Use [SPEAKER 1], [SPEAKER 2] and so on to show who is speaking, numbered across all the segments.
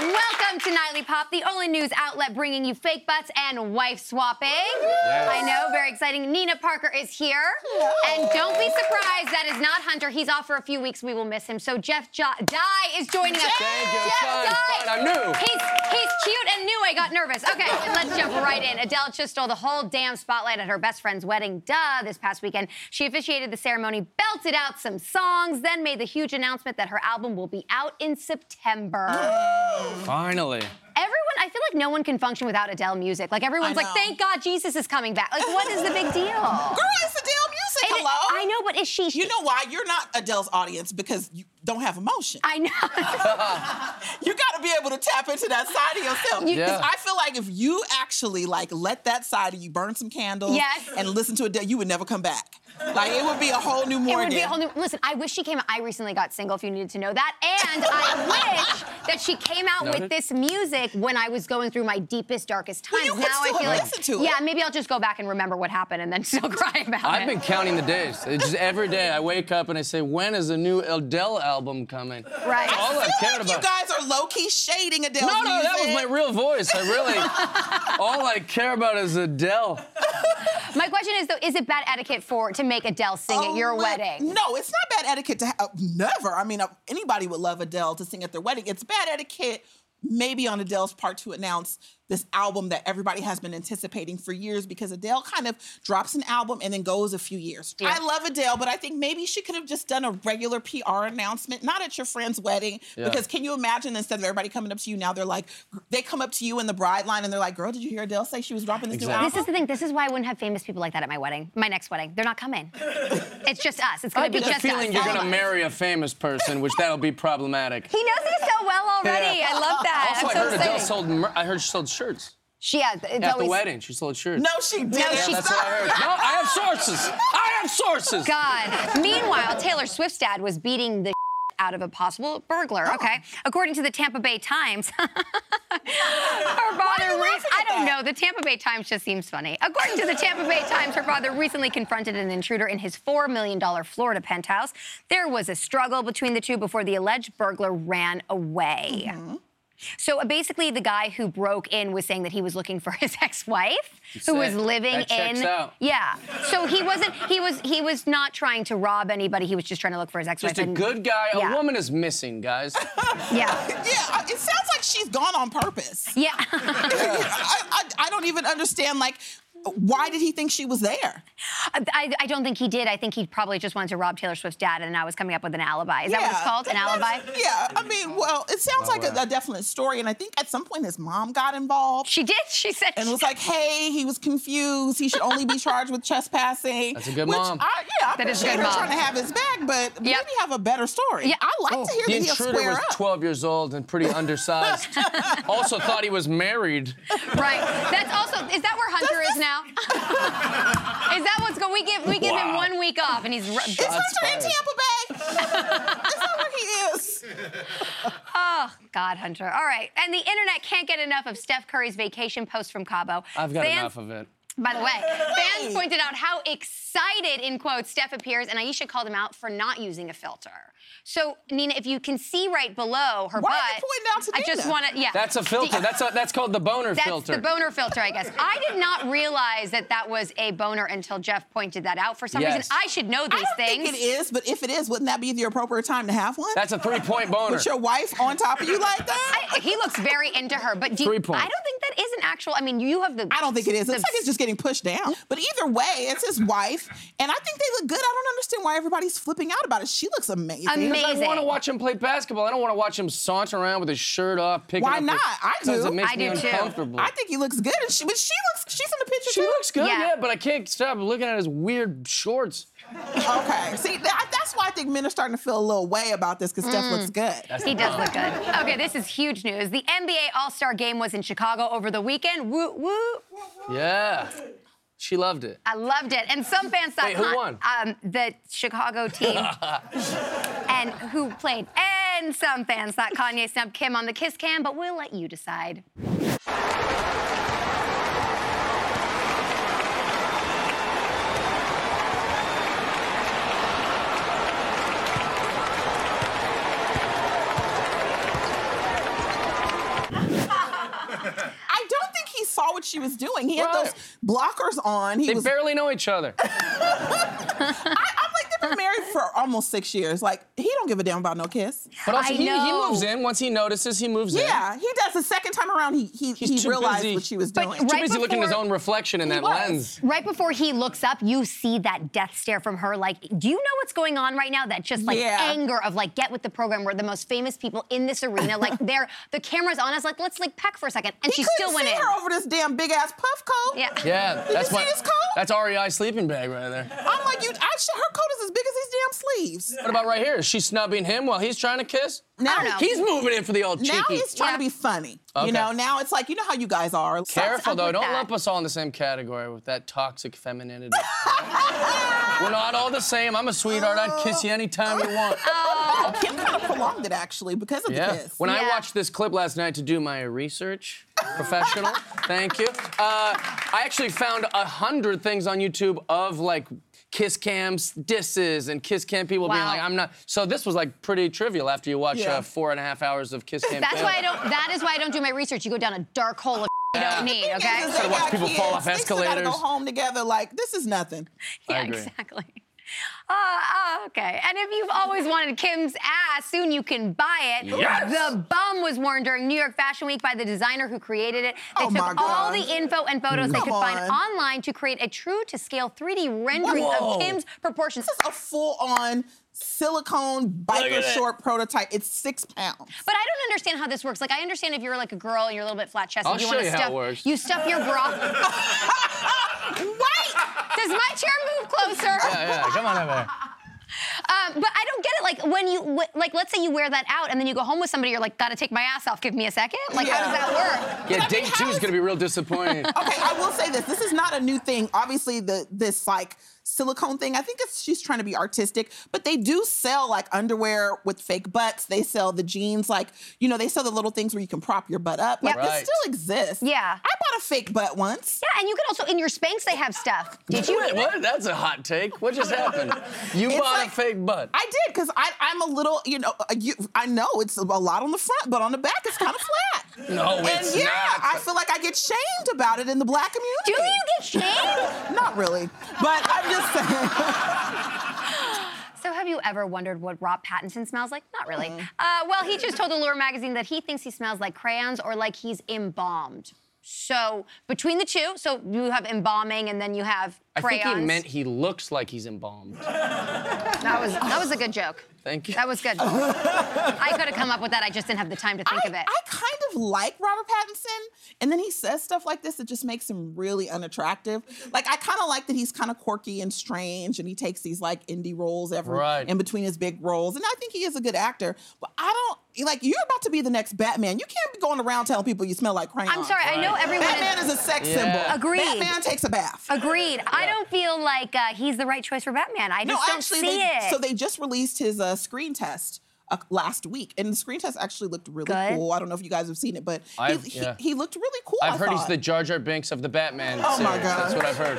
[SPEAKER 1] Welcome to Nightly Pop, the only news outlet bringing you fake butts and wife swapping. I know, very exciting. Nina Parker is here. And don't be surprised, that is not Hunter. He's off for a few weeks. We will miss him. So Jeff jo- Dye is joining us.
[SPEAKER 2] Thank you.
[SPEAKER 1] Jeff
[SPEAKER 2] Fine,
[SPEAKER 1] Dye.
[SPEAKER 2] fine. I knew.
[SPEAKER 1] He's, he's cute and new. I got nervous. Okay, let's jump right in. Adele just stole the whole damn spotlight at her best friend's wedding, duh, this past weekend. She officiated the ceremony, belted out some songs, then made the huge announcement that her album will be out in
[SPEAKER 2] Oh.
[SPEAKER 1] September.
[SPEAKER 2] Finally.
[SPEAKER 1] Everyone, I feel like no one can function without Adele music. Like everyone's like,
[SPEAKER 3] know.
[SPEAKER 1] thank God Jesus is coming back. Like, what is the big deal?
[SPEAKER 3] Girl, it's Adele music.
[SPEAKER 1] And it-
[SPEAKER 3] Hello.
[SPEAKER 1] I know, but is she?
[SPEAKER 3] You know why you're not Adele's audience because you don't have emotion.
[SPEAKER 1] I know.
[SPEAKER 3] you got to be able to tap into that side of yourself.
[SPEAKER 1] You-
[SPEAKER 2] Yeah.
[SPEAKER 3] Because I feel like if you actually like let that side of you burn some candles
[SPEAKER 1] Yes.
[SPEAKER 3] and listen to Adele, you would never come back. Like it would be a whole new
[SPEAKER 1] It
[SPEAKER 3] Morgan.
[SPEAKER 1] would be a whole new. Listen, I wish she came. I recently got single. If you needed to know that, and I wish that she came out with
[SPEAKER 2] Noted.
[SPEAKER 1] this music when I was going through my deepest, darkest
[SPEAKER 3] Well,
[SPEAKER 1] times.
[SPEAKER 3] you could
[SPEAKER 1] now
[SPEAKER 3] still
[SPEAKER 1] I feel
[SPEAKER 3] have
[SPEAKER 1] like,
[SPEAKER 3] listened to it.
[SPEAKER 1] yeah, maybe I'll just go back and remember what happened and then still cry about it.
[SPEAKER 2] I've been counting the days. It's just every day I wake up and I say, when is the new Adele album coming?
[SPEAKER 1] Right.
[SPEAKER 2] All
[SPEAKER 3] I
[SPEAKER 2] I've
[SPEAKER 3] feel
[SPEAKER 2] cared
[SPEAKER 3] like you
[SPEAKER 2] about.
[SPEAKER 3] guys are low key shading Adele.
[SPEAKER 2] No, no, that was
[SPEAKER 3] music.
[SPEAKER 2] my real voice. I really, all I care about is Adele.
[SPEAKER 1] My question is though, is it bad etiquette for to make Adele sing at your
[SPEAKER 3] Oh, my-
[SPEAKER 1] wedding?
[SPEAKER 3] No, it's not bad etiquette to have. Never. I mean, uh, anybody would love Adele to sing at their wedding. It's bad etiquette, maybe on Adele's part, to announce this album that everybody has been anticipating for years because Adele kind of drops an album and then goes a few years.
[SPEAKER 1] Yeah.
[SPEAKER 3] I love Adele, but I think maybe she could have just done a regular PR announcement, not at your friend's wedding,
[SPEAKER 2] Yeah.
[SPEAKER 3] because can you imagine instead of everybody coming up to you now, they're like, they come up to you in the bride line and they're like, girl, did you hear Adele say she was dropping this new
[SPEAKER 2] Exactly.
[SPEAKER 3] album?
[SPEAKER 1] This is the thing. This is why I wouldn't have famous people like that at my wedding, my next wedding. They're not coming. it's just us. It's
[SPEAKER 2] I
[SPEAKER 1] gonna be
[SPEAKER 2] get the
[SPEAKER 1] just
[SPEAKER 2] feeling
[SPEAKER 1] us.
[SPEAKER 2] you're
[SPEAKER 1] all of
[SPEAKER 2] gonna
[SPEAKER 1] us.
[SPEAKER 2] marry a famous person, which that'll be problematic.
[SPEAKER 1] He knows you so well already.
[SPEAKER 2] Yeah.
[SPEAKER 1] I love that. I'm
[SPEAKER 2] Also, I
[SPEAKER 1] so
[SPEAKER 2] heard
[SPEAKER 1] excited.
[SPEAKER 2] Adele sold. Mer- I heard she sold shirts
[SPEAKER 1] She uh, yeah, it's
[SPEAKER 2] at
[SPEAKER 1] always,
[SPEAKER 2] the wedding. She sold shirts.
[SPEAKER 3] no, she didn't.
[SPEAKER 2] yeah,
[SPEAKER 1] she-
[SPEAKER 2] that's what I heard. No, I have sources. I have
[SPEAKER 1] Oh,
[SPEAKER 2] sources.
[SPEAKER 1] God. Meanwhile, Taylor Swift's dad was beating the out of a possible burglar.
[SPEAKER 3] Oh.
[SPEAKER 1] Okay, according to the Tampa Bay Times, her father.
[SPEAKER 3] you
[SPEAKER 1] re-
[SPEAKER 3] laughing
[SPEAKER 1] I
[SPEAKER 3] at
[SPEAKER 1] don't
[SPEAKER 3] that?
[SPEAKER 1] know. The Tampa Bay Times just seems funny. According to the Tampa Bay Times, her father recently confronted an intruder in his four million dollar Florida penthouse. There was a struggle between the two before the alleged burglar ran away.
[SPEAKER 3] Mm-hmm.
[SPEAKER 1] So uh, basically, the guy who broke in was saying that he was looking for his ex-wife, who was
[SPEAKER 2] Sick.
[SPEAKER 1] living
[SPEAKER 2] That
[SPEAKER 1] in.
[SPEAKER 2] checks out.
[SPEAKER 1] Yeah. So he wasn't. He was. He was not trying to rob anybody. He was just trying to look for his ex-wife.
[SPEAKER 2] Just a
[SPEAKER 1] and-
[SPEAKER 2] good guy. A
[SPEAKER 1] Yeah.
[SPEAKER 2] woman is missing, guys.
[SPEAKER 1] Yeah.
[SPEAKER 3] Yeah, I- it sounds like she's gone on purpose.
[SPEAKER 1] Yeah.
[SPEAKER 3] I, I, I don't even understand, like, why did he think she was there?
[SPEAKER 1] I, I don't think he did. I think he probably just wanted to rob Taylor Swift's dad, and I was coming up with an alibi. Is that what it's called? An alibi?
[SPEAKER 3] Yeah, I mean, well, it sounds like a, a definite story, and I think at some point his mom got involved
[SPEAKER 1] She did. She said.
[SPEAKER 3] and was like, hey, he was confused. He should only be charged with trespassing.
[SPEAKER 2] That's a good
[SPEAKER 3] which
[SPEAKER 2] mom.
[SPEAKER 3] I, yeah, I
[SPEAKER 1] That is a
[SPEAKER 3] appreciate
[SPEAKER 1] good
[SPEAKER 3] her
[SPEAKER 1] mom.
[SPEAKER 3] trying to have his back, but
[SPEAKER 1] Yep.
[SPEAKER 3] maybe have a better story.
[SPEAKER 1] Yeah.
[SPEAKER 3] I like to hear
[SPEAKER 2] Oh, The
[SPEAKER 3] that he'll
[SPEAKER 2] intruder
[SPEAKER 3] square
[SPEAKER 2] was
[SPEAKER 3] up.
[SPEAKER 2] 12 years old and pretty undersized. also thought he was married.
[SPEAKER 1] right. That's also. Is that where Hunter is now? is that what's going? We give. We give him
[SPEAKER 2] Wow.
[SPEAKER 1] one week off, and he's. ru-
[SPEAKER 3] Is Hunter
[SPEAKER 2] fired.
[SPEAKER 3] in Tampa Bay? Is that where he is?
[SPEAKER 1] oh, God, Hunter. All right. And the internet can't get enough of Steph Curry's vacation post from Cabo.
[SPEAKER 2] I've got
[SPEAKER 1] Fans-
[SPEAKER 2] enough of it.
[SPEAKER 1] By the way, fans pointed out how excited, in quotes, Steph appears, and Aisha called him out for not using a filter. So, Nina, if you can see right below her
[SPEAKER 3] Why
[SPEAKER 1] butt,
[SPEAKER 3] are you pointing out to
[SPEAKER 1] I just
[SPEAKER 3] Nina?
[SPEAKER 1] want to, yeah.
[SPEAKER 2] That's a filter. That's a, that's called the boner
[SPEAKER 1] That's
[SPEAKER 2] filter.
[SPEAKER 1] the boner filter, I guess. I did not realize that that was a boner until Jeff pointed that out. For some
[SPEAKER 2] Yes.
[SPEAKER 1] reason, I should know
[SPEAKER 3] I
[SPEAKER 1] these
[SPEAKER 3] don't
[SPEAKER 1] things.
[SPEAKER 3] think it is, but if it is, wouldn't that be the appropriate time to have one?
[SPEAKER 2] That's a three-point boner.
[SPEAKER 3] With your wife on top of you like that?
[SPEAKER 1] I- he looks very into her, but do you,
[SPEAKER 2] Three points.
[SPEAKER 1] I don't think that is an actual. I mean, you have the.
[SPEAKER 3] I don't think it is. It
[SPEAKER 1] the-
[SPEAKER 3] looks like it's just getting pushed down. But either way, it's his wife, and I think they look good. I don't understand why everybody's flipping out about it. She looks amazing.
[SPEAKER 1] Amazing.
[SPEAKER 2] I want to watch him play basketball. I don't want to watch him saunter around with his shirt off, picking
[SPEAKER 3] Why
[SPEAKER 2] up
[SPEAKER 3] not?
[SPEAKER 2] his-
[SPEAKER 3] I
[SPEAKER 2] 'cause
[SPEAKER 3] do.
[SPEAKER 2] It makes
[SPEAKER 1] I
[SPEAKER 2] me
[SPEAKER 1] do too.
[SPEAKER 2] uncomfortable.
[SPEAKER 3] I think he looks good, and she, but she looks. She's in the picture.
[SPEAKER 2] she
[SPEAKER 3] too.
[SPEAKER 2] looks good,
[SPEAKER 1] Yeah.
[SPEAKER 2] yeah. but I can't stop looking at his weird shorts.
[SPEAKER 3] Okay. See, that, that's why I think men are starting to feel a little way about this because Steph
[SPEAKER 1] Mm.
[SPEAKER 3] looks good.
[SPEAKER 1] He does look good. Okay, this is huge news. The NBA All Star Game was in Chicago over the weekend. Woo woo!
[SPEAKER 2] Yeah. She loved it.
[SPEAKER 1] I loved it. And some fans thought
[SPEAKER 2] Wait, who
[SPEAKER 1] huh,
[SPEAKER 2] won?
[SPEAKER 1] Um, the Chicago team and who played. And some fans thought Kanye snubbed Kim on the kiss cam, but we'll let you decide.
[SPEAKER 3] I don't think he saw what she was doing. He had
[SPEAKER 2] Right.
[SPEAKER 3] those blockers on. He
[SPEAKER 2] They
[SPEAKER 3] was.
[SPEAKER 2] barely know each other.
[SPEAKER 3] I, I'm like they've been married for almost six years. Like he don't give a damn about no kiss.
[SPEAKER 2] But also,
[SPEAKER 1] I
[SPEAKER 2] he, he
[SPEAKER 1] know.
[SPEAKER 2] moves in. Once he notices, he moves in.
[SPEAKER 3] Yeah, he does. The second time around, he he, he
[SPEAKER 2] too
[SPEAKER 3] realized
[SPEAKER 2] busy.
[SPEAKER 3] what she was
[SPEAKER 1] But
[SPEAKER 3] doing.
[SPEAKER 2] Too
[SPEAKER 1] Right
[SPEAKER 2] busy looking at his
[SPEAKER 1] before-
[SPEAKER 2] own reflection in that
[SPEAKER 3] was.
[SPEAKER 2] lens.
[SPEAKER 1] Right before he looks up, you see that death stare from her. Like, do you know what's going on right now? That just like
[SPEAKER 3] Yeah.
[SPEAKER 1] anger of like, get with the program. We're the most famous people in this arena. Like, they're the camera's on us. Like, let's like peck for a second, and
[SPEAKER 3] he
[SPEAKER 1] she
[SPEAKER 3] couldn't
[SPEAKER 1] still went
[SPEAKER 3] see
[SPEAKER 1] in.
[SPEAKER 3] her over this damn big ass puff coat.
[SPEAKER 1] Yeah.
[SPEAKER 2] Yeah,
[SPEAKER 3] Did
[SPEAKER 2] that's
[SPEAKER 3] you see
[SPEAKER 2] my.
[SPEAKER 3] his coat?
[SPEAKER 2] That's REI sleeping bag right there.
[SPEAKER 3] I'm like you. I, sh- her coat is as big as these damn sleeves.
[SPEAKER 2] What about right here? Is she snubbing him while he's trying to kiss?
[SPEAKER 3] Now
[SPEAKER 1] don't know.
[SPEAKER 2] He's moving in for the old cheeky.
[SPEAKER 3] Now he's trying to
[SPEAKER 1] Yeah.
[SPEAKER 3] be funny.
[SPEAKER 2] Okay.
[SPEAKER 3] You know, now it's like, you know how you guys are.
[SPEAKER 2] Careful
[SPEAKER 1] up
[SPEAKER 2] though,
[SPEAKER 1] with
[SPEAKER 2] don't
[SPEAKER 1] that?
[SPEAKER 2] lump us all in the same category with that toxic femininity. We're not all the same. I'm a sweetheart. I'd kiss you anytime you want.
[SPEAKER 3] Oh, Kim kind of prolonged it actually because of the
[SPEAKER 2] Yeah.
[SPEAKER 3] kiss.
[SPEAKER 2] When I
[SPEAKER 1] Yeah.
[SPEAKER 2] watched this clip last night to do my research, professional, thank you. Uh, I actually found a hundred things on YouTube of like kiss cams, disses, and kiss cam people being
[SPEAKER 1] Wow.
[SPEAKER 2] like, "I'm not." So this was like pretty trivial after you watch
[SPEAKER 3] Yeah.
[SPEAKER 2] uh, four and a half hours of kiss cam.
[SPEAKER 1] That's
[SPEAKER 2] fam.
[SPEAKER 1] why I don't. That is why I don't do my research. You go down a dark hole of you don't need.
[SPEAKER 3] The thing
[SPEAKER 1] Okay.
[SPEAKER 3] is, is
[SPEAKER 2] Gotta
[SPEAKER 3] they
[SPEAKER 2] watch
[SPEAKER 3] got
[SPEAKER 2] people fall
[SPEAKER 3] kids.
[SPEAKER 2] off
[SPEAKER 3] They still gotta
[SPEAKER 2] escalators.
[SPEAKER 3] go home together. Like this is nothing.
[SPEAKER 2] I
[SPEAKER 1] yeah,
[SPEAKER 2] agree.
[SPEAKER 1] exactly. Uh, uh, okay. And if you've always wanted Kim's ass, soon you can buy it.
[SPEAKER 2] Yes!
[SPEAKER 1] The bum was worn during New York Fashion Week by the designer who created it. They
[SPEAKER 3] Oh,
[SPEAKER 1] took
[SPEAKER 3] my
[SPEAKER 1] all
[SPEAKER 3] God.
[SPEAKER 1] the info and photos they
[SPEAKER 3] Come
[SPEAKER 1] could find
[SPEAKER 3] on.
[SPEAKER 1] online to create a true to scale 3D rendering
[SPEAKER 2] Whoa.
[SPEAKER 1] of Kim's proportions.
[SPEAKER 3] This is a full on silicone
[SPEAKER 2] Look
[SPEAKER 3] biker
[SPEAKER 2] at that.
[SPEAKER 3] short prototype. It's six pounds.
[SPEAKER 1] But I don't understand how this works. Like, I understand if you're like a girl and you're a little bit flat chested,
[SPEAKER 2] I'll
[SPEAKER 1] you
[SPEAKER 2] show
[SPEAKER 1] want to
[SPEAKER 2] you how
[SPEAKER 1] stuff.
[SPEAKER 2] it works.
[SPEAKER 1] You stuff your bra. Wait! Does my chair move closer?
[SPEAKER 2] Yeah, yeah, come on over.
[SPEAKER 1] Um, but I don't get it. Like when you wh- like, let's say you wear that out, and then you go home with somebody. You're like, gotta take my ass off. Give me a second. Like, how does
[SPEAKER 3] Yeah.
[SPEAKER 1] that work?
[SPEAKER 2] Yeah,
[SPEAKER 3] mean,
[SPEAKER 2] date
[SPEAKER 3] how
[SPEAKER 2] two is
[SPEAKER 3] is-
[SPEAKER 2] gonna be real disappointing.
[SPEAKER 3] Okay, I will say this. This is not a new thing. Obviously, the this like silicone thing. I think it's she's trying to be artistic, but they do sell like underwear with fake butts. They sell the jeans, like you know, they sell the little things where you can prop your butt up. Like
[SPEAKER 1] Yep.
[SPEAKER 2] Right.
[SPEAKER 3] this still exists.
[SPEAKER 1] Yeah.
[SPEAKER 3] I bought a fake butt once.
[SPEAKER 1] Yeah, and you can also in your Spanx they have stuff. Did you?
[SPEAKER 2] Wait, what? That's a hot take. What just happened? You
[SPEAKER 3] It's
[SPEAKER 2] bought
[SPEAKER 3] like-
[SPEAKER 2] a fake butt.
[SPEAKER 3] I did because I I'm a little you know uh, you, I know it's a lot on the front, but on the back it's kind of flat.
[SPEAKER 2] No, it's
[SPEAKER 3] and yeah,
[SPEAKER 2] not.
[SPEAKER 3] I feel like I get shamed about it in the black community.
[SPEAKER 1] Do you get shamed?
[SPEAKER 3] Not really, but I'm just saying.
[SPEAKER 1] so, have you ever wondered what Rob Pattinson smells like? Not really.
[SPEAKER 3] Mm-hmm.
[SPEAKER 1] Uh, well, he just told Allure magazine that he thinks he smells like crayons or like he's embalmed. So between the two, so you have embalming and then you have
[SPEAKER 2] I
[SPEAKER 1] crayons.
[SPEAKER 2] think he meant he looks like he's embalmed.
[SPEAKER 1] that was that was a good joke.
[SPEAKER 2] Thank you.
[SPEAKER 1] That was good. I could have come up with that. I just didn't have the time to think
[SPEAKER 3] I,
[SPEAKER 1] of it.
[SPEAKER 3] I kind of like Robert Pattinson, and then he says stuff like this that just makes him really unattractive.
[SPEAKER 1] Mm-hmm.
[SPEAKER 3] Like I kind of like that he's kind of quirky and strange, and he takes these like indie roles every
[SPEAKER 2] Right.
[SPEAKER 3] in between his big roles, and I think he is a good actor. But I don't like you're about to be the next Batman. You can't be going around telling people you smell like crayon.
[SPEAKER 1] I'm sorry. I know everyone
[SPEAKER 3] Batman
[SPEAKER 1] is.
[SPEAKER 3] is a sex
[SPEAKER 2] Yeah.
[SPEAKER 3] symbol.
[SPEAKER 1] Agreed.
[SPEAKER 3] Batman takes a bath.
[SPEAKER 1] Agreed. I don't feel like uh, he's the right choice for Batman. I just don't see
[SPEAKER 3] they,
[SPEAKER 1] it.
[SPEAKER 3] So they just released his uh, screen test uh, last week, and the screen test actually looked really
[SPEAKER 1] Good.
[SPEAKER 3] cool. I don't know if you guys have seen it, but he,
[SPEAKER 2] I've-
[SPEAKER 3] he,
[SPEAKER 2] yeah.
[SPEAKER 3] he looked really cool.
[SPEAKER 2] I've
[SPEAKER 3] I
[SPEAKER 2] heard he's
[SPEAKER 3] thought.
[SPEAKER 2] the Jar Jar Binks of the Batman
[SPEAKER 3] Oh
[SPEAKER 2] series.
[SPEAKER 3] my God.
[SPEAKER 2] That's what I've heard.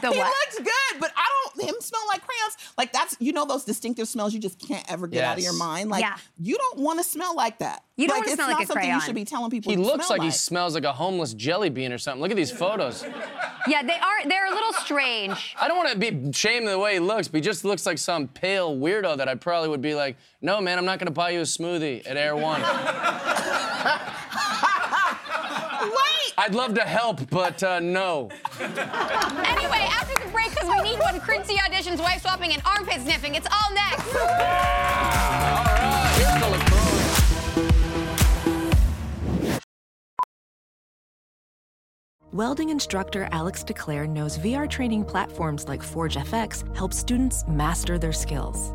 [SPEAKER 1] The
[SPEAKER 3] He
[SPEAKER 1] what?
[SPEAKER 3] looked good, but I don't. Him smell like crayons. Like that's you know those distinctive smells you just can't ever get out of
[SPEAKER 2] Yes.
[SPEAKER 3] your mind. Like
[SPEAKER 1] Yeah.
[SPEAKER 3] you don't want to smell like that.
[SPEAKER 1] You don't
[SPEAKER 3] like,
[SPEAKER 1] wanna
[SPEAKER 3] it's
[SPEAKER 1] smell
[SPEAKER 3] not
[SPEAKER 1] like a
[SPEAKER 3] something
[SPEAKER 1] crayon.
[SPEAKER 3] you should be telling people.
[SPEAKER 2] He
[SPEAKER 3] to
[SPEAKER 2] looks
[SPEAKER 3] smell
[SPEAKER 2] like he smells like a homeless jelly bean or something. Look at these photos.
[SPEAKER 1] Yeah, they are. They're a little strange.
[SPEAKER 2] I don't want to be ashamed of the way he looks, but he just looks like some pale weirdo that I probably would be like, no, man, I'm not going to buy you a smoothie at Air One.
[SPEAKER 3] Wait,
[SPEAKER 2] I'd love to help, but uh, no.
[SPEAKER 1] Anyway, after the break, because we need one, Crincy auditions, wife swapping, and armpit sniffing. It's all next.
[SPEAKER 2] All right, here's the LaCroix.
[SPEAKER 4] Welding instructor Alex DeClaire knows VR training platforms like ForgeFX help students master their skills.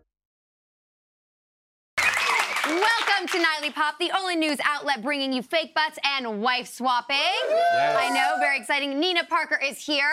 [SPEAKER 1] Welcome to Nightly Pop, the only news outlet bringing you fake butts and wife swapping. I know, very exciting. Nina Parker is here.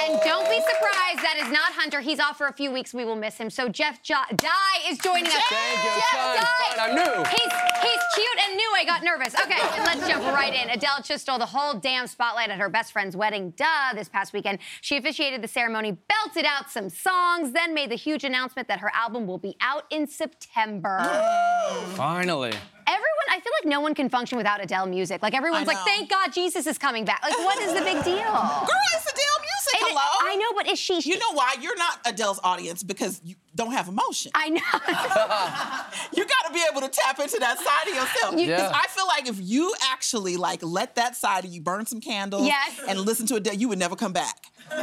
[SPEAKER 1] And don't be surprised, that is not Hunter. He's off for a few weeks. We will miss him. So Jeff jo- Dye is joining us.
[SPEAKER 2] Thank you.
[SPEAKER 1] Jeff
[SPEAKER 2] Fine,
[SPEAKER 1] Dye.
[SPEAKER 2] fine. I knew.
[SPEAKER 1] He's, he's cute and new. I got nervous. Okay, let's jump right in. Adele just stole the whole damn spotlight at her best friend's wedding, duh, this past weekend. She officiated the ceremony, belted out some songs, then made the huge announcement that her album will be out in September
[SPEAKER 2] Oh, Finally.
[SPEAKER 1] everyone, I feel like no one can function without Adele music. Like everyone's
[SPEAKER 3] I
[SPEAKER 1] like,
[SPEAKER 3] know.
[SPEAKER 1] thank God Jesus is coming back. Like, what is the big deal?
[SPEAKER 3] girl, it's Adele music.
[SPEAKER 1] And it-
[SPEAKER 3] hello.
[SPEAKER 1] I know, but is she?
[SPEAKER 3] You know why you're not Adele's audience because you don't have emotion.
[SPEAKER 1] I know.
[SPEAKER 3] you got to be able to tap into that side of yourself.
[SPEAKER 1] You-
[SPEAKER 3] Because
[SPEAKER 2] Yeah.
[SPEAKER 3] I feel like if you actually like let that side of you burn some candles
[SPEAKER 1] Yes.
[SPEAKER 3] and listen to Adele, you would never come back.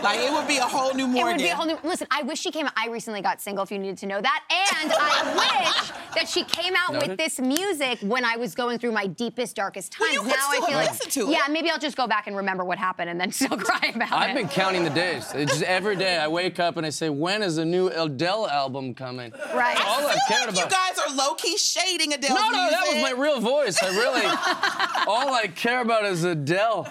[SPEAKER 3] Like it would be a whole new
[SPEAKER 1] it
[SPEAKER 3] morning.
[SPEAKER 1] would be a whole new. Listen, I wish she came. out. I recently got single. If you needed to know that, and I wish that she came out with
[SPEAKER 2] Noted.
[SPEAKER 1] this music when I was going through my deepest, darkest
[SPEAKER 3] Well,
[SPEAKER 1] times.
[SPEAKER 3] you could
[SPEAKER 1] now
[SPEAKER 3] still
[SPEAKER 1] I feel
[SPEAKER 3] have
[SPEAKER 1] like,
[SPEAKER 3] listened to it.
[SPEAKER 1] yeah, maybe I'll just go back and remember what happened and then still cry about it.
[SPEAKER 2] I've been counting the days. It's just every day I wake up and I say, when is the new Adele album coming?
[SPEAKER 1] Right.
[SPEAKER 2] All
[SPEAKER 3] I
[SPEAKER 2] I
[SPEAKER 3] feel
[SPEAKER 2] cared
[SPEAKER 3] like
[SPEAKER 2] about.
[SPEAKER 3] you guys are low key shading Adele.
[SPEAKER 2] no, no, that was
[SPEAKER 3] music.
[SPEAKER 2] my real voice. I really, all I care about is Adele.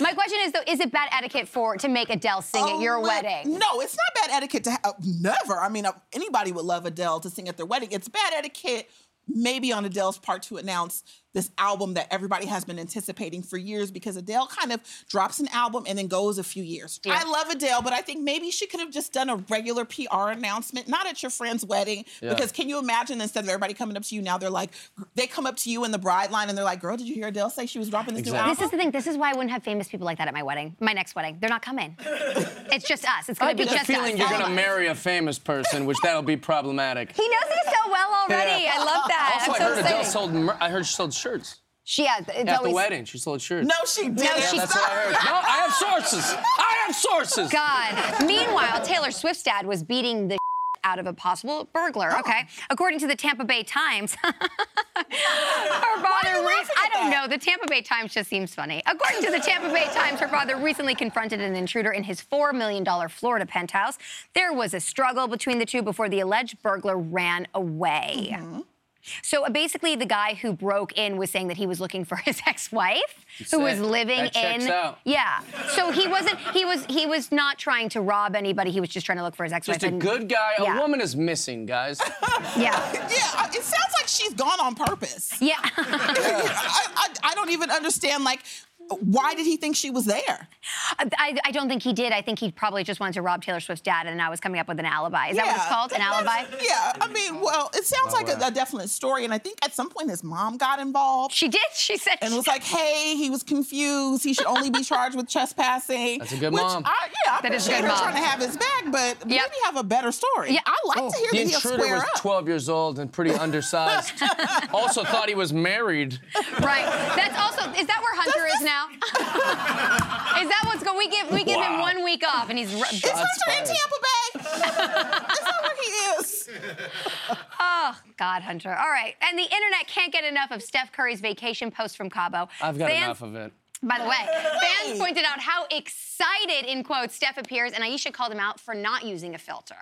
[SPEAKER 1] My question is though, is it bad etiquette for to make Adele sing at
[SPEAKER 3] Oh
[SPEAKER 1] your
[SPEAKER 3] my-
[SPEAKER 1] wedding?
[SPEAKER 3] No, it's not bad etiquette to have. Never. I mean, uh, anybody would love Adele to sing at their wedding. It's bad etiquette, maybe on Adele's part, to announce this album that everybody has been anticipating for years because Adele kind of drops an album and then goes a few years.
[SPEAKER 1] Yeah.
[SPEAKER 3] I love Adele, but I think maybe she could have just done a regular PR announcement, not at your friend's wedding.
[SPEAKER 2] Yeah.
[SPEAKER 3] Because can you imagine instead of everybody coming up to you now, they're like, they come up to you in the bride line and they're like, girl, did you hear Adele say she was dropping this
[SPEAKER 2] Exactly.
[SPEAKER 3] new album?
[SPEAKER 1] This is the thing. This is why I wouldn't have famous people like that at my wedding, my next wedding. They're not coming. it's just us. It's
[SPEAKER 2] I
[SPEAKER 1] gonna be
[SPEAKER 2] get the
[SPEAKER 1] just
[SPEAKER 2] feeling
[SPEAKER 1] us.
[SPEAKER 2] you're
[SPEAKER 1] all
[SPEAKER 2] gonna
[SPEAKER 1] of us.
[SPEAKER 2] marry a famous person, which that'll be problematic.
[SPEAKER 1] He knows me so well already.
[SPEAKER 2] Yeah.
[SPEAKER 1] I love that. I'm so
[SPEAKER 2] Also, I heard Adele
[SPEAKER 1] excited.
[SPEAKER 2] sold. Mer- I heard she sold shirts
[SPEAKER 1] She has. It's
[SPEAKER 2] at
[SPEAKER 1] always,
[SPEAKER 2] the wedding. She sold shirts.
[SPEAKER 3] no, she didn't.
[SPEAKER 1] she
[SPEAKER 2] that's what I heard. No, I have sources. I have sources.
[SPEAKER 1] Oh, God. Meanwhile, Taylor Swift's dad was beating the out of a possible burglar.
[SPEAKER 3] Oh.
[SPEAKER 1] Okay, according to the Tampa Bay Times, her father.
[SPEAKER 3] laughing
[SPEAKER 1] I
[SPEAKER 3] at
[SPEAKER 1] don't
[SPEAKER 3] that?
[SPEAKER 1] know. The Tampa Bay Times just seems funny. According to the Tampa Bay Times, her father recently confronted an intruder in his four million dollar Florida penthouse. There was a struggle between the two before the alleged burglar ran away.
[SPEAKER 3] Mm-hmm.
[SPEAKER 1] So uh, basically, the guy who broke in was saying that he was looking for his ex-wife, who was
[SPEAKER 2] Sick.
[SPEAKER 1] living
[SPEAKER 2] That checks
[SPEAKER 1] in.
[SPEAKER 2] out.
[SPEAKER 1] Yeah. So he wasn't. He was. He was not trying to rob anybody. He was just trying to look for his ex-wife.
[SPEAKER 2] Just a
[SPEAKER 1] and-
[SPEAKER 2] good guy.
[SPEAKER 1] Yeah.
[SPEAKER 2] A woman is missing, guys.
[SPEAKER 1] Yeah.
[SPEAKER 3] Yeah, uh, it sounds like she's gone on purpose.
[SPEAKER 1] Yeah.
[SPEAKER 3] I, I, I don't even understand, like, why did he think she was there?
[SPEAKER 1] I, I don't think he did. I think he probably just wanted to rob Taylor Swift's dad, and I was coming up with an alibi. Is that what it's
[SPEAKER 3] Yeah,
[SPEAKER 1] called? An alibi?
[SPEAKER 3] that's- Yeah, I mean, well, it sounds like a, a definite story, and I think at some point his mom got involved.
[SPEAKER 1] She did. She said.
[SPEAKER 3] And was like, hey, he was confused. He should only be charged with trespassing.
[SPEAKER 2] That's a good
[SPEAKER 3] which
[SPEAKER 2] mom.
[SPEAKER 3] I, yeah, I
[SPEAKER 1] That is a
[SPEAKER 3] appreciate
[SPEAKER 1] good
[SPEAKER 3] her
[SPEAKER 1] mom.
[SPEAKER 3] trying to have his back, but maybe have a better story.
[SPEAKER 1] Yeah.
[SPEAKER 3] I like to hear
[SPEAKER 2] Oh, the
[SPEAKER 3] that he'll
[SPEAKER 2] intruder
[SPEAKER 3] square
[SPEAKER 2] was
[SPEAKER 3] up.
[SPEAKER 2] 12 years old and pretty undersized. also thought he was married.
[SPEAKER 1] Right. That's also. Is that where Hunter is now? is that what's going? We give we give him
[SPEAKER 2] Wow.
[SPEAKER 1] one week off, and he's. r-
[SPEAKER 3] Is Hunter
[SPEAKER 2] fired.
[SPEAKER 3] in Tampa Bay? Is that where he is?
[SPEAKER 1] Oh, God, Hunter. All right. And the internet can't get enough of Steph Curry's vacation post from Cabo.
[SPEAKER 2] I've got
[SPEAKER 1] Fans-
[SPEAKER 2] enough of it.
[SPEAKER 1] By the way, fans pointed out how excited, in quotes, Steph appears, and Aisha called him out for not using a filter.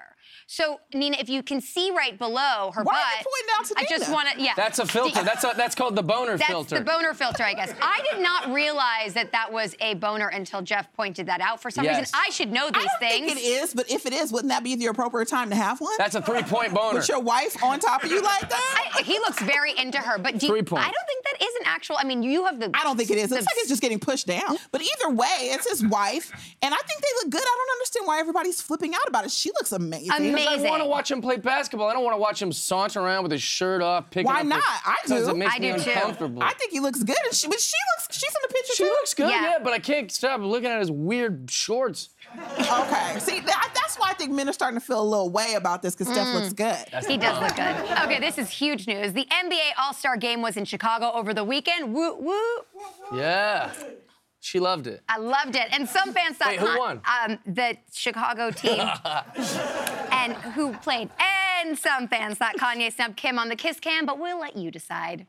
[SPEAKER 1] So, Nina, if you can see right below her
[SPEAKER 3] Why
[SPEAKER 1] butt,
[SPEAKER 3] are you pointing out to
[SPEAKER 1] I just
[SPEAKER 3] Nina?
[SPEAKER 1] want to, yeah.
[SPEAKER 2] That's a filter. That's a, that's called the boner
[SPEAKER 1] That's
[SPEAKER 2] filter.
[SPEAKER 1] the boner filter, I guess. I did not realize that that was a boner until Jeff pointed that out. For some
[SPEAKER 2] Yes.
[SPEAKER 1] reason, I should know
[SPEAKER 3] I
[SPEAKER 1] these
[SPEAKER 3] don't
[SPEAKER 1] things.
[SPEAKER 3] think it is, but if it is, wouldn't that be the appropriate time to have one?
[SPEAKER 2] That's a three-point boner.
[SPEAKER 3] With your wife on top of you like that?
[SPEAKER 1] I- he looks very into her, but do you,
[SPEAKER 2] Three
[SPEAKER 1] I
[SPEAKER 2] points.
[SPEAKER 1] don't think that is an actual. I mean, you have the.
[SPEAKER 3] I don't think it is. It
[SPEAKER 1] the-
[SPEAKER 3] looks like it's just getting pushed down. But either way, it's his wife, and I think they look good. I don't understand why everybody's flipping out about it. She looks amazing.
[SPEAKER 1] Amazing.
[SPEAKER 2] I want to watch him play basketball. I don't want to watch him saunter around with his shirt off, picking
[SPEAKER 3] Why
[SPEAKER 2] up
[SPEAKER 3] not?
[SPEAKER 2] The,
[SPEAKER 3] I
[SPEAKER 2] 'cause
[SPEAKER 3] do.
[SPEAKER 2] It makes
[SPEAKER 1] I
[SPEAKER 2] me
[SPEAKER 1] do too.
[SPEAKER 2] uncomfortable.
[SPEAKER 3] I think he looks good, and she, but she looks. She's in the picture
[SPEAKER 2] she
[SPEAKER 3] too.
[SPEAKER 2] looks good,
[SPEAKER 1] Yeah.
[SPEAKER 2] yeah. but I can't stop looking at his weird shorts.
[SPEAKER 3] Okay. See, that, that's why I think men are starting to feel a little way about this because Steph
[SPEAKER 1] Mm.
[SPEAKER 3] looks good.
[SPEAKER 1] He does look good. Okay, this is huge news. The NBA All Star game was in Chicago over the weekend. Woo, woo.
[SPEAKER 2] Yeah. She loved it.
[SPEAKER 1] I loved it. And some fans thought
[SPEAKER 2] Wait, who won?
[SPEAKER 1] Um, the Chicago team and who played. And some fans thought Kanye snubbed Kim on the kiss cam, but we'll let you decide.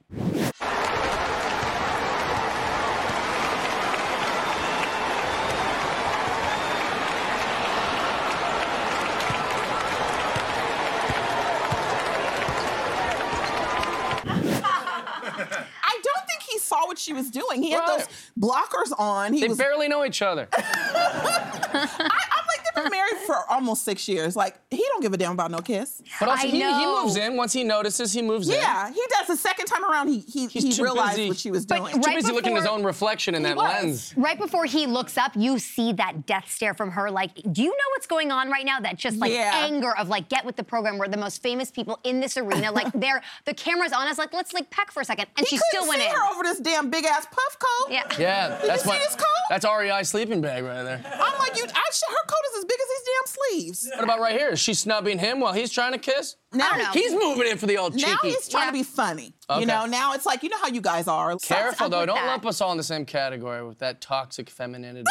[SPEAKER 3] I don't think he saw what she was doing. He had
[SPEAKER 2] Right.
[SPEAKER 3] those blockers on. He
[SPEAKER 2] They
[SPEAKER 3] was.
[SPEAKER 2] barely know each other.
[SPEAKER 3] I, I'm like they've been married for almost six years. Like he don't give a damn about no kiss.
[SPEAKER 2] But also,
[SPEAKER 1] I
[SPEAKER 2] he, he
[SPEAKER 1] know.
[SPEAKER 2] moves in. Once he notices, he moves in.
[SPEAKER 3] Yeah, he does. The second time around, he he,
[SPEAKER 2] He's
[SPEAKER 3] he
[SPEAKER 2] too
[SPEAKER 3] realized
[SPEAKER 2] busy.
[SPEAKER 3] what she was
[SPEAKER 1] But
[SPEAKER 3] doing.
[SPEAKER 1] right
[SPEAKER 2] Too busy looking at his
[SPEAKER 1] before-
[SPEAKER 2] own reflection in that
[SPEAKER 3] was.
[SPEAKER 2] lens.
[SPEAKER 1] Right before he looks up, you see that death stare from her. Like, do you know what's going on right now? That just like
[SPEAKER 3] Yeah.
[SPEAKER 1] anger of like, get with the program. We're the most famous people in this arena. Like, they're the camera's on us. Like, let's like peck for a second, and she
[SPEAKER 3] He couldn't
[SPEAKER 1] still went
[SPEAKER 3] see
[SPEAKER 1] in.
[SPEAKER 3] her over this damn big ass puff coat.
[SPEAKER 1] Yeah.
[SPEAKER 2] Yeah,
[SPEAKER 3] Did
[SPEAKER 2] that's
[SPEAKER 3] you see
[SPEAKER 2] my-
[SPEAKER 3] his coat?
[SPEAKER 2] That's REI sleeping bag right there.
[SPEAKER 3] I'm like, you. I, sh- her coat is as big as these damn sleeves.
[SPEAKER 2] What about right here? Is she snubbing him while he's trying to kiss?
[SPEAKER 3] Now
[SPEAKER 1] don't know.
[SPEAKER 2] He's moving in for the old cheeky.
[SPEAKER 3] Now he's trying to
[SPEAKER 1] Yeah.
[SPEAKER 3] be funny.
[SPEAKER 2] Okay.
[SPEAKER 3] You know, now it's like you know how you guys are. So-
[SPEAKER 2] Careful
[SPEAKER 1] up
[SPEAKER 2] though,
[SPEAKER 1] with
[SPEAKER 2] don't
[SPEAKER 1] that?
[SPEAKER 2] lump us all in the same category with that toxic femininity.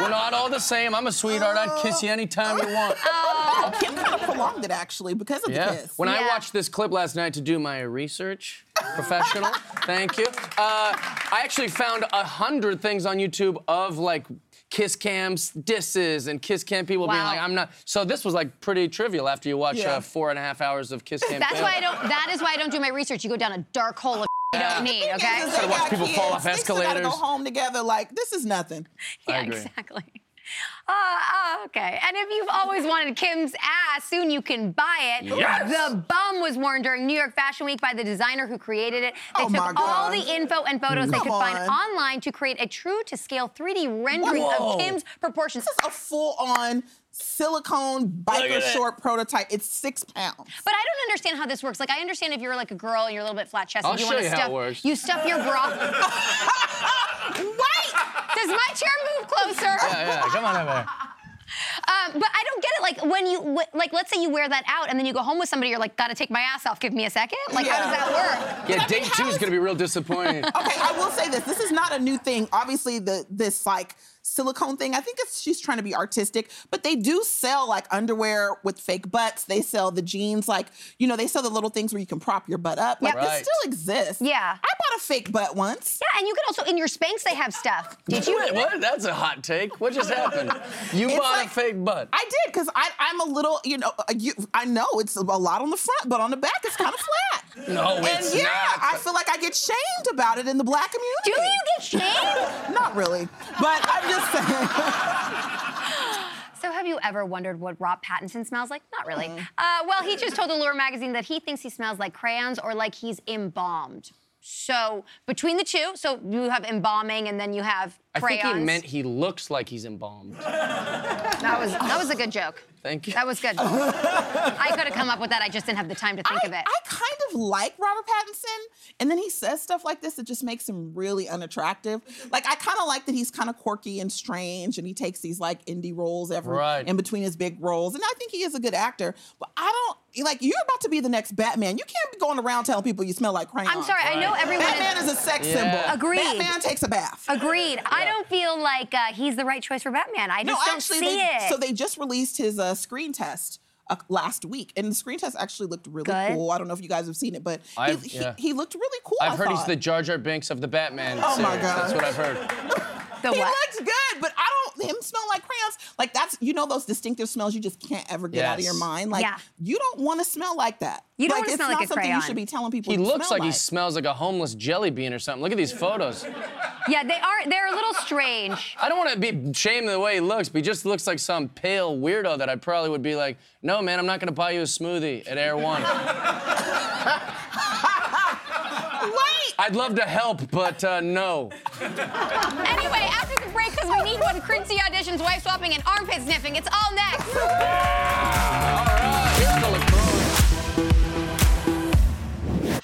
[SPEAKER 2] We're not all the same. I'm a sweetheart. I'd kiss you anytime you want.
[SPEAKER 3] Oh, Kim kind of prolonged it actually because of the
[SPEAKER 2] Yeah.
[SPEAKER 3] kiss.
[SPEAKER 2] When I
[SPEAKER 1] Yeah.
[SPEAKER 2] watched this clip last night to do my research, professional, thank you. Uh, I actually found a hundred things on YouTube of like kiss cams, disses, and kiss cam people being
[SPEAKER 1] Wow.
[SPEAKER 2] like, "I'm not." So this was like pretty trivial after you watch
[SPEAKER 3] Yeah.
[SPEAKER 2] uh, four and a half hours of kiss cam.
[SPEAKER 1] That's
[SPEAKER 2] fail.
[SPEAKER 1] why I don't. That is why I don't do my research. You go down a dark hole of you don't need.
[SPEAKER 3] The thing
[SPEAKER 1] Okay.
[SPEAKER 3] is, is
[SPEAKER 2] Gotta
[SPEAKER 3] they
[SPEAKER 2] watch
[SPEAKER 3] got
[SPEAKER 2] people fall
[SPEAKER 3] kids.
[SPEAKER 2] off
[SPEAKER 3] They still gotta go
[SPEAKER 2] escalators.
[SPEAKER 3] home together. Like this is nothing.
[SPEAKER 2] I
[SPEAKER 1] yeah,
[SPEAKER 2] agree.
[SPEAKER 1] exactly. Uh, uh, okay. And if you've always wanted Kim's ass, soon you can buy it.
[SPEAKER 2] Yes!
[SPEAKER 1] The bum was worn during New York Fashion Week by the designer who created it. They
[SPEAKER 3] Oh, my
[SPEAKER 1] took all
[SPEAKER 3] God.
[SPEAKER 1] the info and photos they
[SPEAKER 3] Come
[SPEAKER 1] could find
[SPEAKER 3] on.
[SPEAKER 1] online to create a true to scale 3D rendering
[SPEAKER 2] Whoa.
[SPEAKER 1] of Kim's proportions.
[SPEAKER 3] This is a full-on silicone biker
[SPEAKER 2] that.
[SPEAKER 3] short prototype. It's six pounds.
[SPEAKER 1] But I don't understand how this works. Like, I understand if you're like a girl and you're a little bit flat chested,
[SPEAKER 2] I'll
[SPEAKER 1] you
[SPEAKER 2] show
[SPEAKER 1] want to
[SPEAKER 2] you how
[SPEAKER 1] stuff.
[SPEAKER 2] it works.
[SPEAKER 1] You stuff your bra. Wait! Does my chair move closer?
[SPEAKER 2] Yeah, yeah. Come on over.
[SPEAKER 1] Um, but I don't get it. Like when you wh- like, let's say you wear that out and then you go home with somebody, you're like, gotta take my ass off. Give me a second. Like, how does
[SPEAKER 3] Yeah.
[SPEAKER 1] that work?
[SPEAKER 2] Yeah, date two is gonna be real disappointing.
[SPEAKER 3] Okay, I will say this. This is not a new thing. Obviously, the this like silicone thing. I think it's she's trying to be artistic, but they do sell like underwear with fake butts. They sell the jeans, like you know, they sell the little things where you can prop your butt up. Like
[SPEAKER 2] Yep. Right.
[SPEAKER 3] this still exists.
[SPEAKER 1] Yeah.
[SPEAKER 3] I bought a fake butt once.
[SPEAKER 1] Yeah, and you can also in your Spanx they have stuff. Did you?
[SPEAKER 2] Wait, what? That's a hot take. What just happened? You
[SPEAKER 3] It's
[SPEAKER 2] bought
[SPEAKER 3] like-
[SPEAKER 2] a fake butt.
[SPEAKER 3] I did because I I'm a little you know uh, you, I know it's a lot on the front, but on the back it's kind of flat.
[SPEAKER 2] No, Oh,
[SPEAKER 3] and
[SPEAKER 2] it's
[SPEAKER 3] yeah,
[SPEAKER 2] not.
[SPEAKER 3] I feel like I get shamed about it in the black community.
[SPEAKER 1] Do you get shamed?
[SPEAKER 3] Not really, but I'm just saying.
[SPEAKER 1] so have you ever wondered what Rob Pattinson smells like? Not really.
[SPEAKER 2] Mm-hmm.
[SPEAKER 1] Uh, well, he just told Allure magazine that he thinks he smells like crayons or like he's embalmed. So between the two, so you have embalming and then you have
[SPEAKER 2] I think
[SPEAKER 1] crayons.
[SPEAKER 2] he meant he looks like he's embalmed.
[SPEAKER 1] that was that was a good joke.
[SPEAKER 2] Thank you.
[SPEAKER 1] That was good. I could have come up with that. I just didn't have the time to think
[SPEAKER 3] I,
[SPEAKER 1] of it.
[SPEAKER 3] I kind of like Robert Pattinson, and then he says stuff like this that just makes him really unattractive.
[SPEAKER 1] Mm-hmm.
[SPEAKER 3] Like I kind of like that he's kind of quirky and strange, and he takes these like indie roles every
[SPEAKER 2] Right.
[SPEAKER 3] in between his big roles, and I think he is a good actor. But I don't like you're about to be the next Batman. You can't be going around telling people you smell like crayon.
[SPEAKER 1] I'm sorry. I know everyone.
[SPEAKER 3] Batman is a sex
[SPEAKER 2] Yeah.
[SPEAKER 3] symbol.
[SPEAKER 1] Agreed.
[SPEAKER 3] Batman takes a bath.
[SPEAKER 1] Agreed. I don't feel like uh, he's the right choice for Batman. I just don't see
[SPEAKER 3] they,
[SPEAKER 1] it.
[SPEAKER 3] So they just released his uh, screen test uh, last week, and the screen test actually looked really
[SPEAKER 1] Good.
[SPEAKER 3] cool. I don't know if you guys have seen it, but he,
[SPEAKER 2] I've-
[SPEAKER 3] he,
[SPEAKER 2] yeah.
[SPEAKER 3] he looked really cool.
[SPEAKER 2] I've
[SPEAKER 3] I
[SPEAKER 2] heard he's
[SPEAKER 3] thought.
[SPEAKER 2] the Jar Jar Binks of the Batman
[SPEAKER 3] Oh my
[SPEAKER 2] series.
[SPEAKER 3] God.
[SPEAKER 2] That's what I've heard.
[SPEAKER 1] The
[SPEAKER 3] he
[SPEAKER 1] what?
[SPEAKER 3] looks good, but I don't. Him smelling like crayons, like that's you know those distinctive smells you just can't ever get out of your
[SPEAKER 2] Yes.
[SPEAKER 3] mind. Like
[SPEAKER 1] Yeah.
[SPEAKER 3] you don't want to smell like that.
[SPEAKER 1] You don't
[SPEAKER 3] like,
[SPEAKER 1] wanna
[SPEAKER 3] it's
[SPEAKER 1] smell
[SPEAKER 3] not
[SPEAKER 1] like a
[SPEAKER 3] something
[SPEAKER 1] crayon.
[SPEAKER 3] you should be telling people.
[SPEAKER 2] He
[SPEAKER 3] to
[SPEAKER 2] looks
[SPEAKER 3] smell
[SPEAKER 2] like, he smells like a homeless jelly bean or something. Look at these photos.
[SPEAKER 1] Yeah, they are. They're a little strange.
[SPEAKER 2] I don't want to be shamed the way he looks, but he just looks like some pale weirdo that I probably would be like, no, man, I'm not going to buy you a smoothie at Air One.
[SPEAKER 3] Wait,
[SPEAKER 2] I'd love to help, but uh, no.
[SPEAKER 1] Anyway, after the break, because we need one, Crincy auditions, wife swapping, and armpit sniffing. It's all next.
[SPEAKER 2] All right, here's the LaCroix.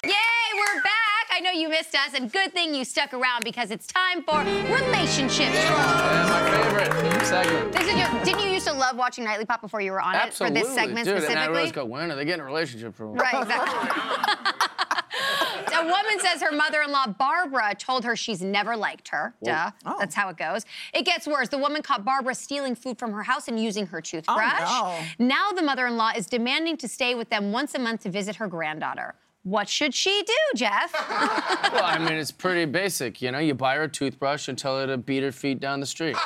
[SPEAKER 1] Yay, we're back. I know you missed us, and good thing you stuck around because it's time for relationship troll.
[SPEAKER 2] Yeah, Uh, my favorite segment.
[SPEAKER 1] This is your, didn't you used to love watching Nightly Pop before you were on
[SPEAKER 2] Absolutely,
[SPEAKER 1] it for this segment
[SPEAKER 2] dude. And I
[SPEAKER 1] specifically?
[SPEAKER 2] always go, when are they getting a relationship from?
[SPEAKER 1] Right, exactly. a woman says her mother in law, Barbara, told her she's never liked her. Duh.
[SPEAKER 2] Oh.
[SPEAKER 1] That's how it goes. It gets worse. The woman caught Barbara stealing food from her house and using her toothbrush.
[SPEAKER 2] Oh,
[SPEAKER 3] no.
[SPEAKER 1] Now the mother in law is demanding to stay with them once a month to visit her granddaughter. What should she do, Jeff?
[SPEAKER 2] Well, I mean, it's pretty basic, you know. You buy her a toothbrush and tell her to beat her feet down the street.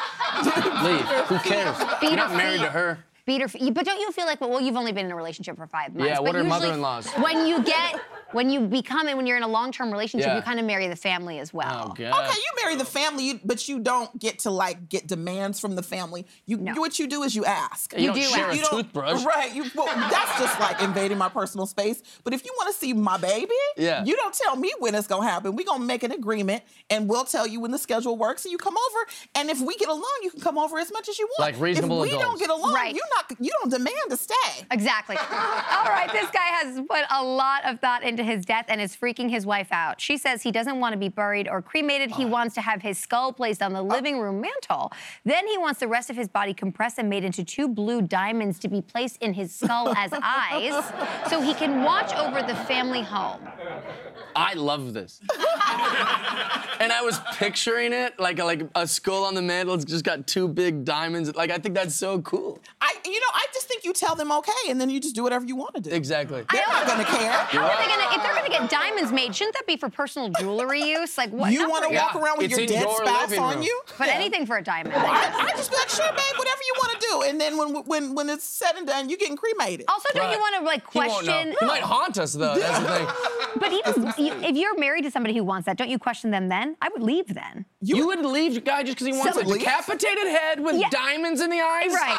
[SPEAKER 2] Leave. Who cares?
[SPEAKER 1] Beat
[SPEAKER 2] You're not
[SPEAKER 1] her
[SPEAKER 2] married
[SPEAKER 1] feet.
[SPEAKER 2] to her.
[SPEAKER 1] Beat her. feet. But don't you feel like, well, you've only been in a relationship for five months.
[SPEAKER 2] Yeah, what
[SPEAKER 1] but
[SPEAKER 2] are
[SPEAKER 1] usually
[SPEAKER 2] mother-in-laws?
[SPEAKER 1] When you get, when you become, and when you're in a long-term relationship,
[SPEAKER 2] Yeah.
[SPEAKER 1] you kind of marry the family as well.
[SPEAKER 2] Oh, God.
[SPEAKER 3] okay, you marry the family, you- but you don't get to like get demands from the family. You what you do is you ask.
[SPEAKER 2] You You don't do share ask. a
[SPEAKER 3] You don't-
[SPEAKER 2] toothbrush.
[SPEAKER 3] right? You, well, that's just like invading my personal space. But if you want to see my baby,
[SPEAKER 2] Yeah.
[SPEAKER 3] you don't tell me when it's gonna happen. We gonna make an agreement, and we'll tell you when the schedule works, and you come over. And if we get along, you can come over as much as you want.
[SPEAKER 2] Like reasonable
[SPEAKER 3] If we
[SPEAKER 2] adults.
[SPEAKER 3] don't get along,
[SPEAKER 1] Right.
[SPEAKER 3] you not you don't demand to stay.
[SPEAKER 1] Exactly. All right, this guy has put a lot of thought into his death and is freaking his wife out. She says he doesn't want to be buried or cremated. He wants to have his skull placed
[SPEAKER 2] Oh.
[SPEAKER 1] on the living room mantle. Then he wants the rest of his body compressed and made into two blue diamonds to be placed in his skull as eyes so he can watch over the family home.
[SPEAKER 2] I love this. and I was picturing it like a, like a skull on the mantle. It's just got two big diamonds. Like I think that's so cool.
[SPEAKER 3] I you know I just think you tell them okay, and then you just do whatever you want to do.
[SPEAKER 2] Exactly.
[SPEAKER 3] They're not gonna care.
[SPEAKER 1] How are they gonna, if they're gonna get diamonds made, shouldn't that be for personal jewelry use? Like what?
[SPEAKER 3] You
[SPEAKER 1] not
[SPEAKER 3] want to
[SPEAKER 1] for-
[SPEAKER 3] walk
[SPEAKER 2] Yeah,
[SPEAKER 3] around with
[SPEAKER 2] it's
[SPEAKER 3] your
[SPEAKER 2] in
[SPEAKER 3] dead
[SPEAKER 2] your
[SPEAKER 3] spouse
[SPEAKER 2] living
[SPEAKER 3] on
[SPEAKER 2] room.
[SPEAKER 3] you?
[SPEAKER 1] But
[SPEAKER 3] Yeah.
[SPEAKER 1] anything for a diamond. I guess.
[SPEAKER 3] I, I just be like, sure, babe, whatever you want to do. And then when when when it's said and done, you getting cremated.
[SPEAKER 1] Also, don't you
[SPEAKER 2] Right.
[SPEAKER 1] want to like
[SPEAKER 2] He won't know.
[SPEAKER 1] question?
[SPEAKER 2] He might haunt us though. That's the thing.
[SPEAKER 1] But even you- if you're married to somebody who wants that, don't you question them then? I would leave then.
[SPEAKER 2] You, would leave the guy just because he wants
[SPEAKER 1] So-
[SPEAKER 2] a decapitated head with
[SPEAKER 1] Yeah.
[SPEAKER 2] diamonds in the eyes?
[SPEAKER 1] Right.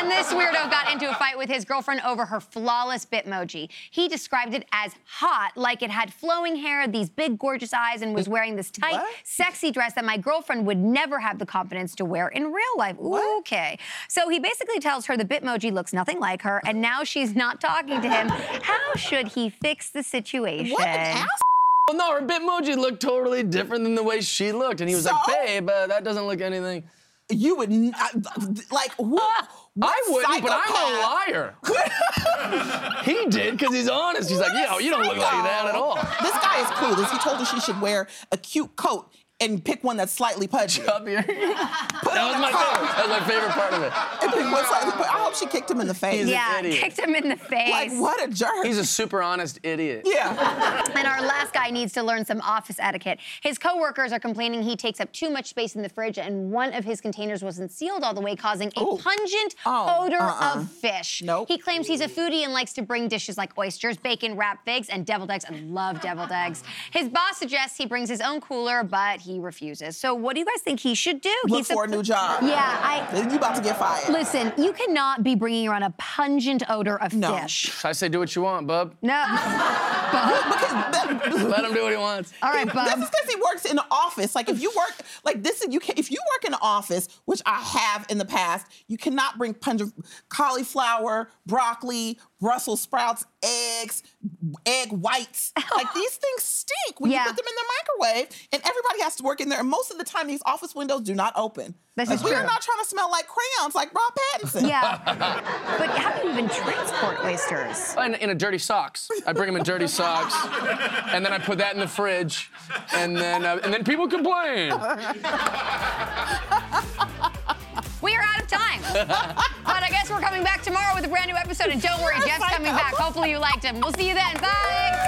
[SPEAKER 1] and this weirdo got into a fight with his girlfriend over her flawless Bitmoji. He described it as hot, like it had flowing hair, these big, gorgeous eyes, and was wearing this tight,
[SPEAKER 3] What?
[SPEAKER 1] sexy dress that my girlfriend would never have the confidence to wear in real life. Ooh, Okay. So he basically tells her the Bitmoji looks nothing like her, and now she's not talking to him. How should he fix the situation?
[SPEAKER 3] What an ass.
[SPEAKER 2] Well, Oh, no, her Bitmoji looked totally different than the way she looked. And he was like,
[SPEAKER 3] So?
[SPEAKER 2] babe, uh, that doesn't look anything.
[SPEAKER 3] You would n- I- like who?
[SPEAKER 2] I wouldn't, but I'm a liar.
[SPEAKER 3] liar.
[SPEAKER 2] He did because he's honest. He's like, yo, you don't look like that at all.
[SPEAKER 3] This guy is clueless. He told her she should wear a cute coat and pick one that's slightly pudgy.
[SPEAKER 2] Up here. that was my favorite. That was my favorite part of it.
[SPEAKER 3] And pick one slightly pud- I hope she kicked him in the face.
[SPEAKER 1] Yeah,
[SPEAKER 2] idiot.
[SPEAKER 1] kicked him in the face.
[SPEAKER 3] Like what a jerk.
[SPEAKER 2] He's a super honest idiot.
[SPEAKER 3] yeah.
[SPEAKER 1] And our last guy needs to learn some office etiquette. His coworkers are complaining he takes up too much space in the fridge, and one of his containers wasn't sealed all the way, causing a pungent
[SPEAKER 3] Oh,
[SPEAKER 1] odor
[SPEAKER 3] uh-uh.
[SPEAKER 1] of fish.
[SPEAKER 3] Nope.
[SPEAKER 1] He claims he's a foodie and likes to bring dishes like oysters, bacon, wrapped figs, and deviled eggs. I love deviled eggs. His boss suggests he brings his own cooler, but he refuses. So, what do you guys think he should do?
[SPEAKER 3] Look
[SPEAKER 1] He's the-
[SPEAKER 3] for a new job.
[SPEAKER 1] Yeah, I.
[SPEAKER 3] You about to get fired.
[SPEAKER 1] Listen, you cannot be bringing around a pungent odor of
[SPEAKER 3] No.
[SPEAKER 1] fish.
[SPEAKER 2] I say, do what you want, bub.
[SPEAKER 1] No.
[SPEAKER 3] Because that-
[SPEAKER 2] Let him do what he wants.
[SPEAKER 1] All right,
[SPEAKER 3] This
[SPEAKER 1] bub.
[SPEAKER 3] is because he works in the office. Like if you work, like this is you can if you work in the office, which I have in the past, you cannot bring pungent cauliflower, broccoli, Brussels sprouts, eggs, egg whites. Like these things stink when
[SPEAKER 1] Yeah.
[SPEAKER 3] you put them in the microwave, and everybody has to work in there. And most of the time, these office windows do not open.
[SPEAKER 1] This
[SPEAKER 3] Like,
[SPEAKER 1] is
[SPEAKER 3] we are
[SPEAKER 1] true.
[SPEAKER 3] not trying to smell like crayons, like Rob Pattinson.
[SPEAKER 1] Yeah. but how do you even transport oysters?
[SPEAKER 2] In, in a dirty socks. I bring him in dirty socks, and then I put that in the fridge, and then uh, and then people complain.
[SPEAKER 1] We are out of time. But I guess we're coming back tomorrow with a brand new episode. And don't worry, Jeff's coming back. Hopefully you liked him. We'll see you then. Bye.